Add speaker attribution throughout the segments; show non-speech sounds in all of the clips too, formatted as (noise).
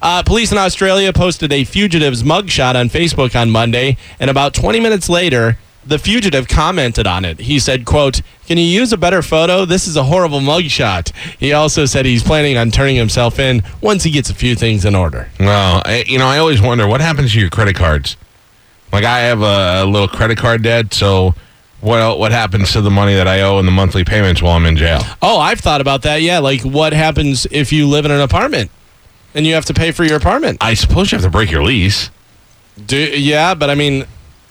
Speaker 1: Uh, police in Australia posted a fugitive's mugshot on Facebook on Monday, and about 20 minutes later, the fugitive commented on it. He said, quote, can you use a better photo? This is a horrible mugshot. He also said he's planning on turning himself in once he gets a few things in order.
Speaker 2: Well, I, you know, I always wonder what happens to your credit cards. Like I have a, a little credit card debt, so what el- what happens to the money that I owe in the monthly payments while I'm in jail?
Speaker 1: Oh, I've thought about that. Yeah, like what happens if you live in an apartment and you have to pay for your apartment?
Speaker 2: I suppose you have to break your lease,
Speaker 1: Do, yeah, but I mean,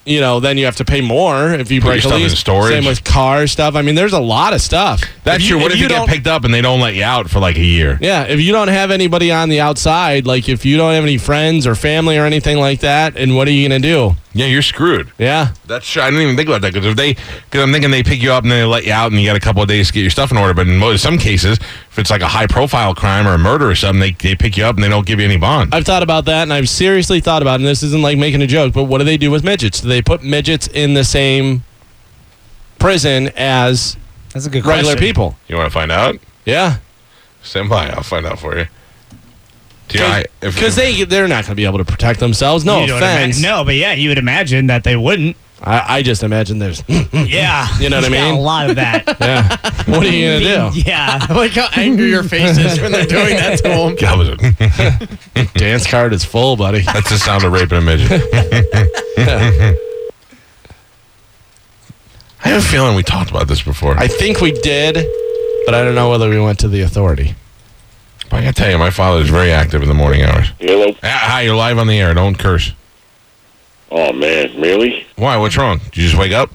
Speaker 1: you know, then you have to pay more if you
Speaker 2: Put your
Speaker 1: break a
Speaker 2: stuff in
Speaker 1: lease.
Speaker 2: storage.
Speaker 1: Same with car stuff. I mean, there's a lot of stuff.
Speaker 2: That's
Speaker 1: If
Speaker 2: true. What if, you get
Speaker 1: don't-
Speaker 2: picked up and they don't let you out for like a year?
Speaker 1: Yeah, if you don't have anybody on the outside, like if you don't have any friends or family or anything like that, and what are you gonna do?
Speaker 2: Yeah, you're screwed.
Speaker 1: Yeah,
Speaker 2: That's true. I didn't even think about that because if they, because I'm thinking they pick you up and then they let you out and you got a couple of days to get your stuff in order. But in most, some cases, if it's like a high profile crime or a murder or something, they, they pick you up and they don't give you any bond.
Speaker 1: I've thought about that, and I've seriously thought about. it, And this isn't like making a joke, but what do they do with midgets? Do they put midgets in the same prison as
Speaker 3: That's a good
Speaker 1: regular
Speaker 3: question.
Speaker 1: people?
Speaker 2: you want to find out?
Speaker 1: Yeah,
Speaker 2: Stand by. I'll find out for you. Do you know, I- if-
Speaker 1: because they they're not gonna be able to protect themselves. No
Speaker 3: You would ima-
Speaker 1: offense.
Speaker 3: no, but yeah, you would imagine that they wouldn't.
Speaker 1: I, I just imagine there's.
Speaker 3: (laughs)
Speaker 1: (laughs)
Speaker 3: Yeah.
Speaker 1: You know what I
Speaker 3: He's got
Speaker 1: mean?
Speaker 3: A lot of that.
Speaker 1: yeah, what are you gonna do?
Speaker 3: (laughs) yeah. Like how angry your face is when they're doing
Speaker 2: (laughs)
Speaker 3: that to him.
Speaker 2: That was a-
Speaker 1: Dance card is full, buddy.
Speaker 2: that's the sound of raping a midget. (laughs) I have a feeling we talked about this before.
Speaker 1: I
Speaker 2: I,
Speaker 1: think we did, but I don't know whether we went to the authority.
Speaker 2: I gotta tell you, my father's very active in the morning
Speaker 3: (laughs)
Speaker 2: hours.
Speaker 4: Hello.
Speaker 2: Ah, Hi, you're live on the air. Don't curse.
Speaker 4: Oh man, really?
Speaker 2: Why? What's wrong? Did you just wake up?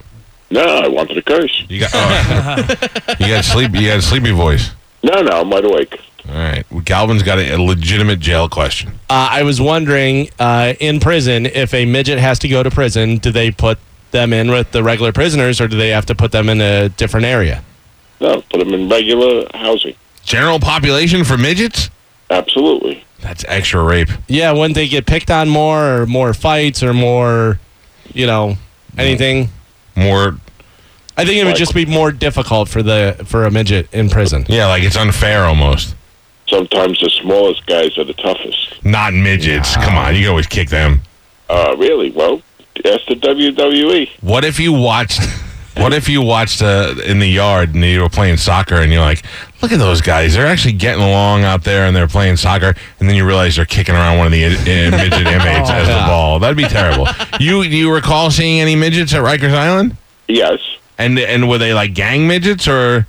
Speaker 4: No, I wanted to curse.
Speaker 2: You got
Speaker 3: (laughs)
Speaker 2: oh. you got sleep. You got a sleepy voice.
Speaker 4: No, no, I'm wide awake.
Speaker 2: All right, Galvin's got a, a legitimate jail question.
Speaker 1: Uh, I was wondering uh, in prison if a midget has to go to prison, do they put them in with the regular prisoners, or do they have to put them in a different area?
Speaker 4: No, put them in regular housing.
Speaker 2: General population for midgets?
Speaker 4: Absolutely.
Speaker 2: That's extra rape.
Speaker 1: Yeah, wouldn't they get picked on more, or more fights, or more, you know, anything?
Speaker 2: More,
Speaker 1: I think it would just be more difficult for the for a midget in prison.
Speaker 2: yeah, like it's unfair almost.
Speaker 4: Sometimes the smallest guys are the toughest.
Speaker 2: Not midgets. Come on, you can always kick them.
Speaker 4: Uh, really? Well, ask the E. WWE.
Speaker 2: What if you watched? What if you watched uh, in the yard and you were playing soccer and you're like, look at those guys. They're actually getting along out there and they're playing soccer. And then you realize they're kicking around one of the uh, (laughs) midget inmates as the ball. That'd be terrible. you do you recall seeing any midgets at Rikers Island?
Speaker 4: Yes.
Speaker 2: And and were they like gang midgets or?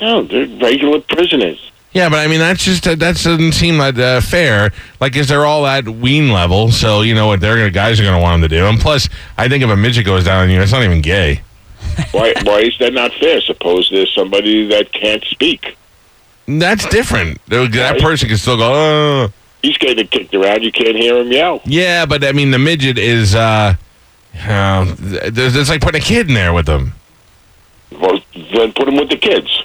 Speaker 4: No, they're regular prisoners.
Speaker 2: Yeah, but I mean that's just that doesn't seem that uh, fair. Like, is they're all at ween level? So you know what they're gonna, guys are gonna want them to do. And plus, I think if a midget goes down on you, it's not even gay.
Speaker 4: Why? (laughs) why is that not fair? Suppose there's somebody that can't speak.
Speaker 2: That's different. That person can still go. Oh.
Speaker 4: He's getting kicked around. You can't hear him yell.
Speaker 2: Yeah, but I mean the midget is. uh uh, th- th- it's like putting a kid in there with them.
Speaker 4: Well, then put him with the kids.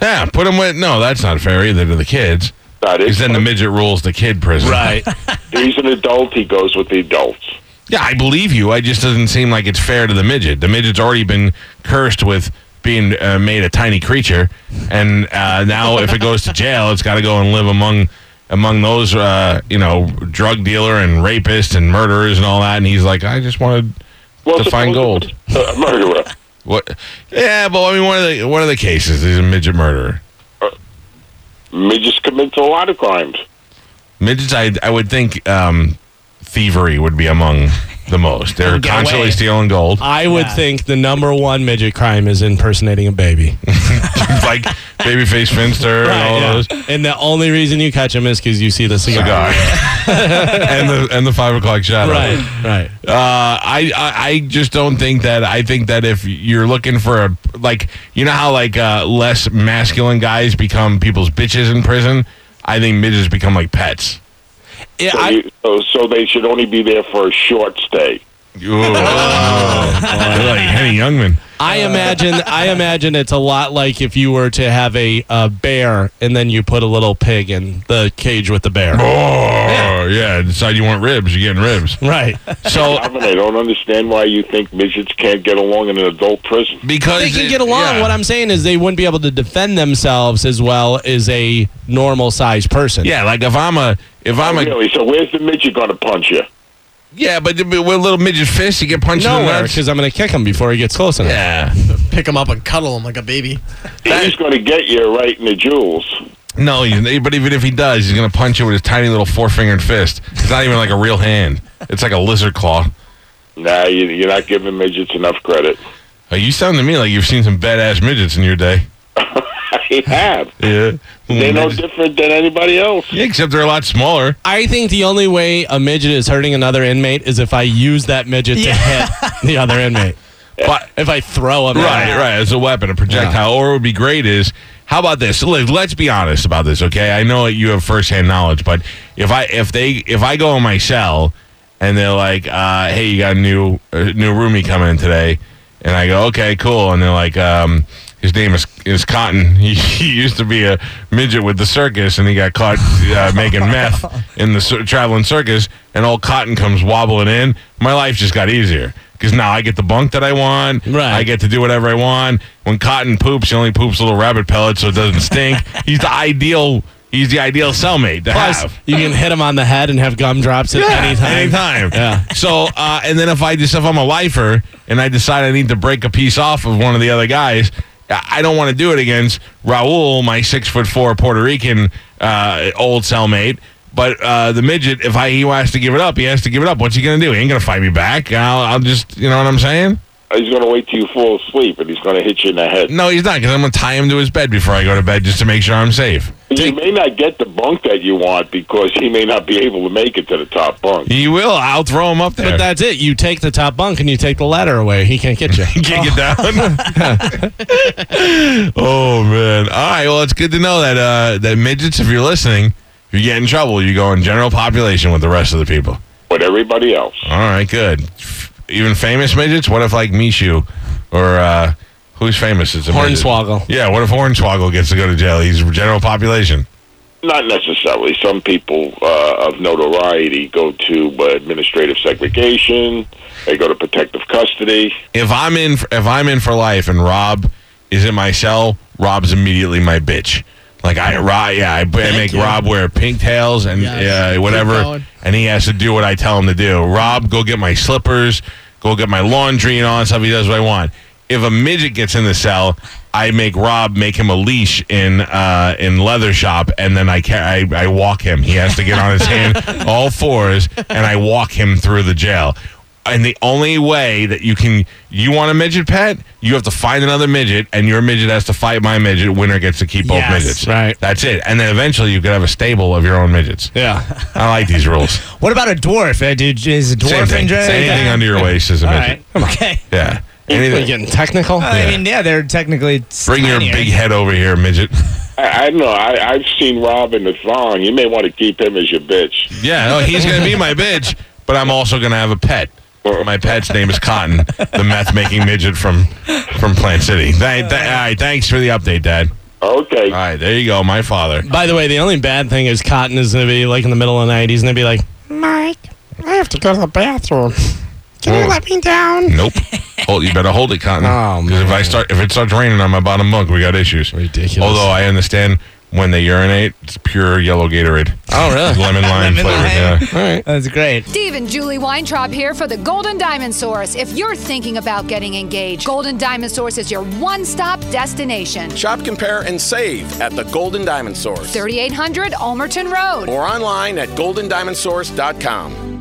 Speaker 2: Yeah, put them with. No, that's not fair either to the kids.
Speaker 4: That
Speaker 2: Because
Speaker 4: is.
Speaker 2: then the midget rules the kid prison.
Speaker 4: He's an adult. He goes with the adults.
Speaker 2: Yeah, I believe you. I just doesn't seem like it's fair to the midget. The midget's already been cursed with being uh, made a tiny creature, and uh, now if it goes to jail, it's got to go and live among among those uh, you know drug dealer and rapist and murderers and all that. And he's like, I just wanted
Speaker 4: Well,
Speaker 2: to find gold.
Speaker 4: suppose- (laughs) A murderer.
Speaker 2: What? Yeah, but I mean, one of the one of the cases is a midget murderer.
Speaker 4: Midgets commit a lot of crimes.
Speaker 2: Midgets, I I would think um, thievery would be among the most. They're
Speaker 3: get
Speaker 2: constantly
Speaker 3: away. Uh,
Speaker 2: stealing gold.
Speaker 1: I would
Speaker 3: Yeah.
Speaker 1: think the number one midget crime is impersonating a baby.
Speaker 2: (laughs) like babyface finster and all
Speaker 1: Yeah.
Speaker 2: those.
Speaker 1: And the only reason you catch him is because you see the cigar.
Speaker 2: cigar
Speaker 1: (laughs)
Speaker 2: and the and the five o'clock shadow.
Speaker 1: Right, right.
Speaker 2: Uh, I, I I just don't think that. I think that if you're looking for a like, you know how like uh, less masculine guys become people's bitches in prison. I think midgets become like pets.
Speaker 1: Yeah,
Speaker 4: So,
Speaker 1: I,
Speaker 4: you- so, so they should only be there for a short stay.
Speaker 1: (laughs)
Speaker 2: Ooh.
Speaker 1: Oh,
Speaker 2: They're like Henny Youngman.
Speaker 1: I imagine I imagine it's a lot like if you were to have a, a bear and then you put a little pig in the cage with the bear.
Speaker 2: Oh, yeah. Decide you want ribs. You're getting ribs.
Speaker 1: Right. (laughs)
Speaker 2: So
Speaker 4: Calvin, I don't understand why you think midgets can't get along in an adult prison.
Speaker 2: because
Speaker 1: They can
Speaker 2: it-
Speaker 1: get along.
Speaker 2: yeah.
Speaker 1: What I'm saying is they wouldn't be able to defend themselves as well as a normal sized person.
Speaker 2: yeah, like if I'm a if I'm a
Speaker 4: really? So where's the midget going to punch you?
Speaker 2: yeah, but with a little midget fist, you get punched in the
Speaker 1: Nowhere,
Speaker 2: nuts.
Speaker 1: because I'm going to kick him before he gets close enough.
Speaker 2: Yeah.
Speaker 3: Pick him up and cuddle him like a baby.
Speaker 4: He's going to get you right in the jewels.
Speaker 2: No, he's, but even if he does, he's gonna punch you with his tiny little four fingered fist. It's not even like a real hand. It's like a lizard claw.
Speaker 4: Nah, you, you're not giving midgets enough credit. (laughs)
Speaker 2: Uh, you sound to me like you've seen some badass midgets in your day.
Speaker 4: I have.
Speaker 2: Yeah.
Speaker 4: They're no
Speaker 2: Midgets-
Speaker 4: different than anybody else.
Speaker 2: yeah, except they're a lot smaller.
Speaker 1: I think the only way a midget is hurting another inmate is if I use that midget to hit the other inmate.
Speaker 2: But
Speaker 1: If I throw him. at
Speaker 2: Right,
Speaker 1: him.
Speaker 2: right. As a weapon, a projectile. Or what would be great is how about this? Let- Let's be honest about this, okay? I know you have firsthand knowledge, but if I if they if I go in my cell and they're like, uh, "Hey, you got a new uh, new roomie coming in today," and I go, "Okay, cool," and they're like, um, "His name is is Cotton. (laughs) He, he used to be a midget with the circus, and he got caught uh, making meth in the cir- traveling circus. And old Cotton comes wobbling in. My life just got easier." Because now I get the bunk that I want.
Speaker 1: Right.
Speaker 2: I get get to do whatever I want. When Cotton poops, he only poops little rabbit pellets, so it
Speaker 1: (laughs)
Speaker 2: doesn't stink. he's the ideal. He's the ideal cellmate to
Speaker 1: Plus,
Speaker 2: have.
Speaker 1: you can hit him on the head and have gumdrops at any time.
Speaker 2: anytime.
Speaker 1: Yeah.
Speaker 2: So, uh, and then if I just if I'm a lifer and I decide I need to break a piece off of one of the other guys, I I don't want to do it against Raul, my six foot four Puerto Rican uh, old cellmate. But uh, the midget, if I he has to give it up, he has to give it up. What's he gonna do? He ain't gonna fight me back. I'll, I'll just, you know what I'm saying?
Speaker 4: He's going to wait till you fall asleep, and he's going to hit you in the head.
Speaker 2: No, he's not, because I'm going to tie him to his bed before I go to bed just to make sure I'm safe.
Speaker 4: You may not get the bunk that you want because he may not be able to make it to the top bunk.
Speaker 2: He will. I'll throw him up there. (laughs)
Speaker 1: But that's it. You take the top bunk and you take the ladder away. He can't get you.
Speaker 2: Can't get down. (laughs) oh, man. All right. Well, it's good to know that, uh, that midgets, if you're listening, if you get in trouble, you go in general population with the rest of the people.
Speaker 4: But everybody else,
Speaker 2: All right, good. F- Even famous midgets? What if, like, Mishu or uh, who's famous? It's a midget?
Speaker 1: Hornswoggle.
Speaker 2: Yeah, what if Hornswoggle gets to go to jail? He's general population.
Speaker 4: not necessarily. Some people uh, of notoriety go to uh, administrative segregation. They go to protective custody.
Speaker 2: if I'm in if I'm in for life and Rob is in my cell, Rob's immediately my bitch. Like I, Rob, yeah, I, I make
Speaker 3: you.
Speaker 2: Rob wear pigtails and
Speaker 3: Yes.
Speaker 2: yeah,
Speaker 3: Keep
Speaker 2: whatever,
Speaker 3: going.
Speaker 2: and he has to do what I tell him to do. Rob, go get my slippers, go get my laundry and all that stuff. He does what I want. If a midget gets in the cell, I make Rob make him a leash in uh, in leather shop, and then I, ca- I I walk him. He has to get on his
Speaker 3: (laughs)
Speaker 2: hand, all fours, and I walk him through the jail. And the only way that you can, you want a midget pet, you have to find another midget, and your midget has to fight my midget. Winner gets to keep both
Speaker 3: Yes.
Speaker 2: midgets.
Speaker 1: Right.
Speaker 2: That's it. And then eventually you could have a stable of your own midgets.
Speaker 1: Yeah.
Speaker 2: I like these rules.
Speaker 5: What about a dwarf? Uh, did, is a dwarf
Speaker 2: Same thing.
Speaker 5: in jail?
Speaker 2: Same thing under your waist is a
Speaker 5: All
Speaker 2: midget.
Speaker 3: (laughs)
Speaker 5: right. Okay.
Speaker 2: Yeah.
Speaker 1: Are you
Speaker 2: Anything.
Speaker 1: getting technical?
Speaker 5: I mean, yeah, they're technically.
Speaker 2: Bring your
Speaker 5: tinier.
Speaker 3: eh?
Speaker 2: big head over here, midget.
Speaker 4: I, I don't know. I, I've seen Rob in the thong. You may want to keep him as your bitch.
Speaker 2: Yeah, no, he's going to be my bitch, but I'm also going to have a pet. My pet's name is Cotton, the meth making midget from from Plant City. Thank, th- all right, thanks for the update, Dad.
Speaker 4: Okay.
Speaker 2: All right, there you go, my father.
Speaker 1: By the way, the only bad thing is Cotton is going to be like in the middle of the night. He's going to be like,
Speaker 6: Mike, I have to go to the bathroom. Can you
Speaker 2: Whoa.
Speaker 6: let me down?
Speaker 2: Nope. Hold, you better hold it, Cotton.
Speaker 1: Oh,
Speaker 2: Because if I start, if it starts raining on my bottom bunk, we got issues.
Speaker 1: Ridiculous.
Speaker 2: Although I understand when they urinate, it's pure yellow Gatorade,
Speaker 1: oh, really?
Speaker 2: lemon
Speaker 1: (laughs)
Speaker 2: lime
Speaker 5: Lemon
Speaker 2: flavored.
Speaker 5: lime.
Speaker 2: Yeah.
Speaker 1: All right.
Speaker 5: That's great.
Speaker 7: Steve and Julie Weintraub here for the Golden Diamond Source. If you're thinking about getting engaged, Golden Diamond Source is your one stop destination.
Speaker 8: Shop, compare, and save at the Golden Diamond Source
Speaker 7: 3800 Almerton Road.
Speaker 8: or online at goldendiamondsource.com.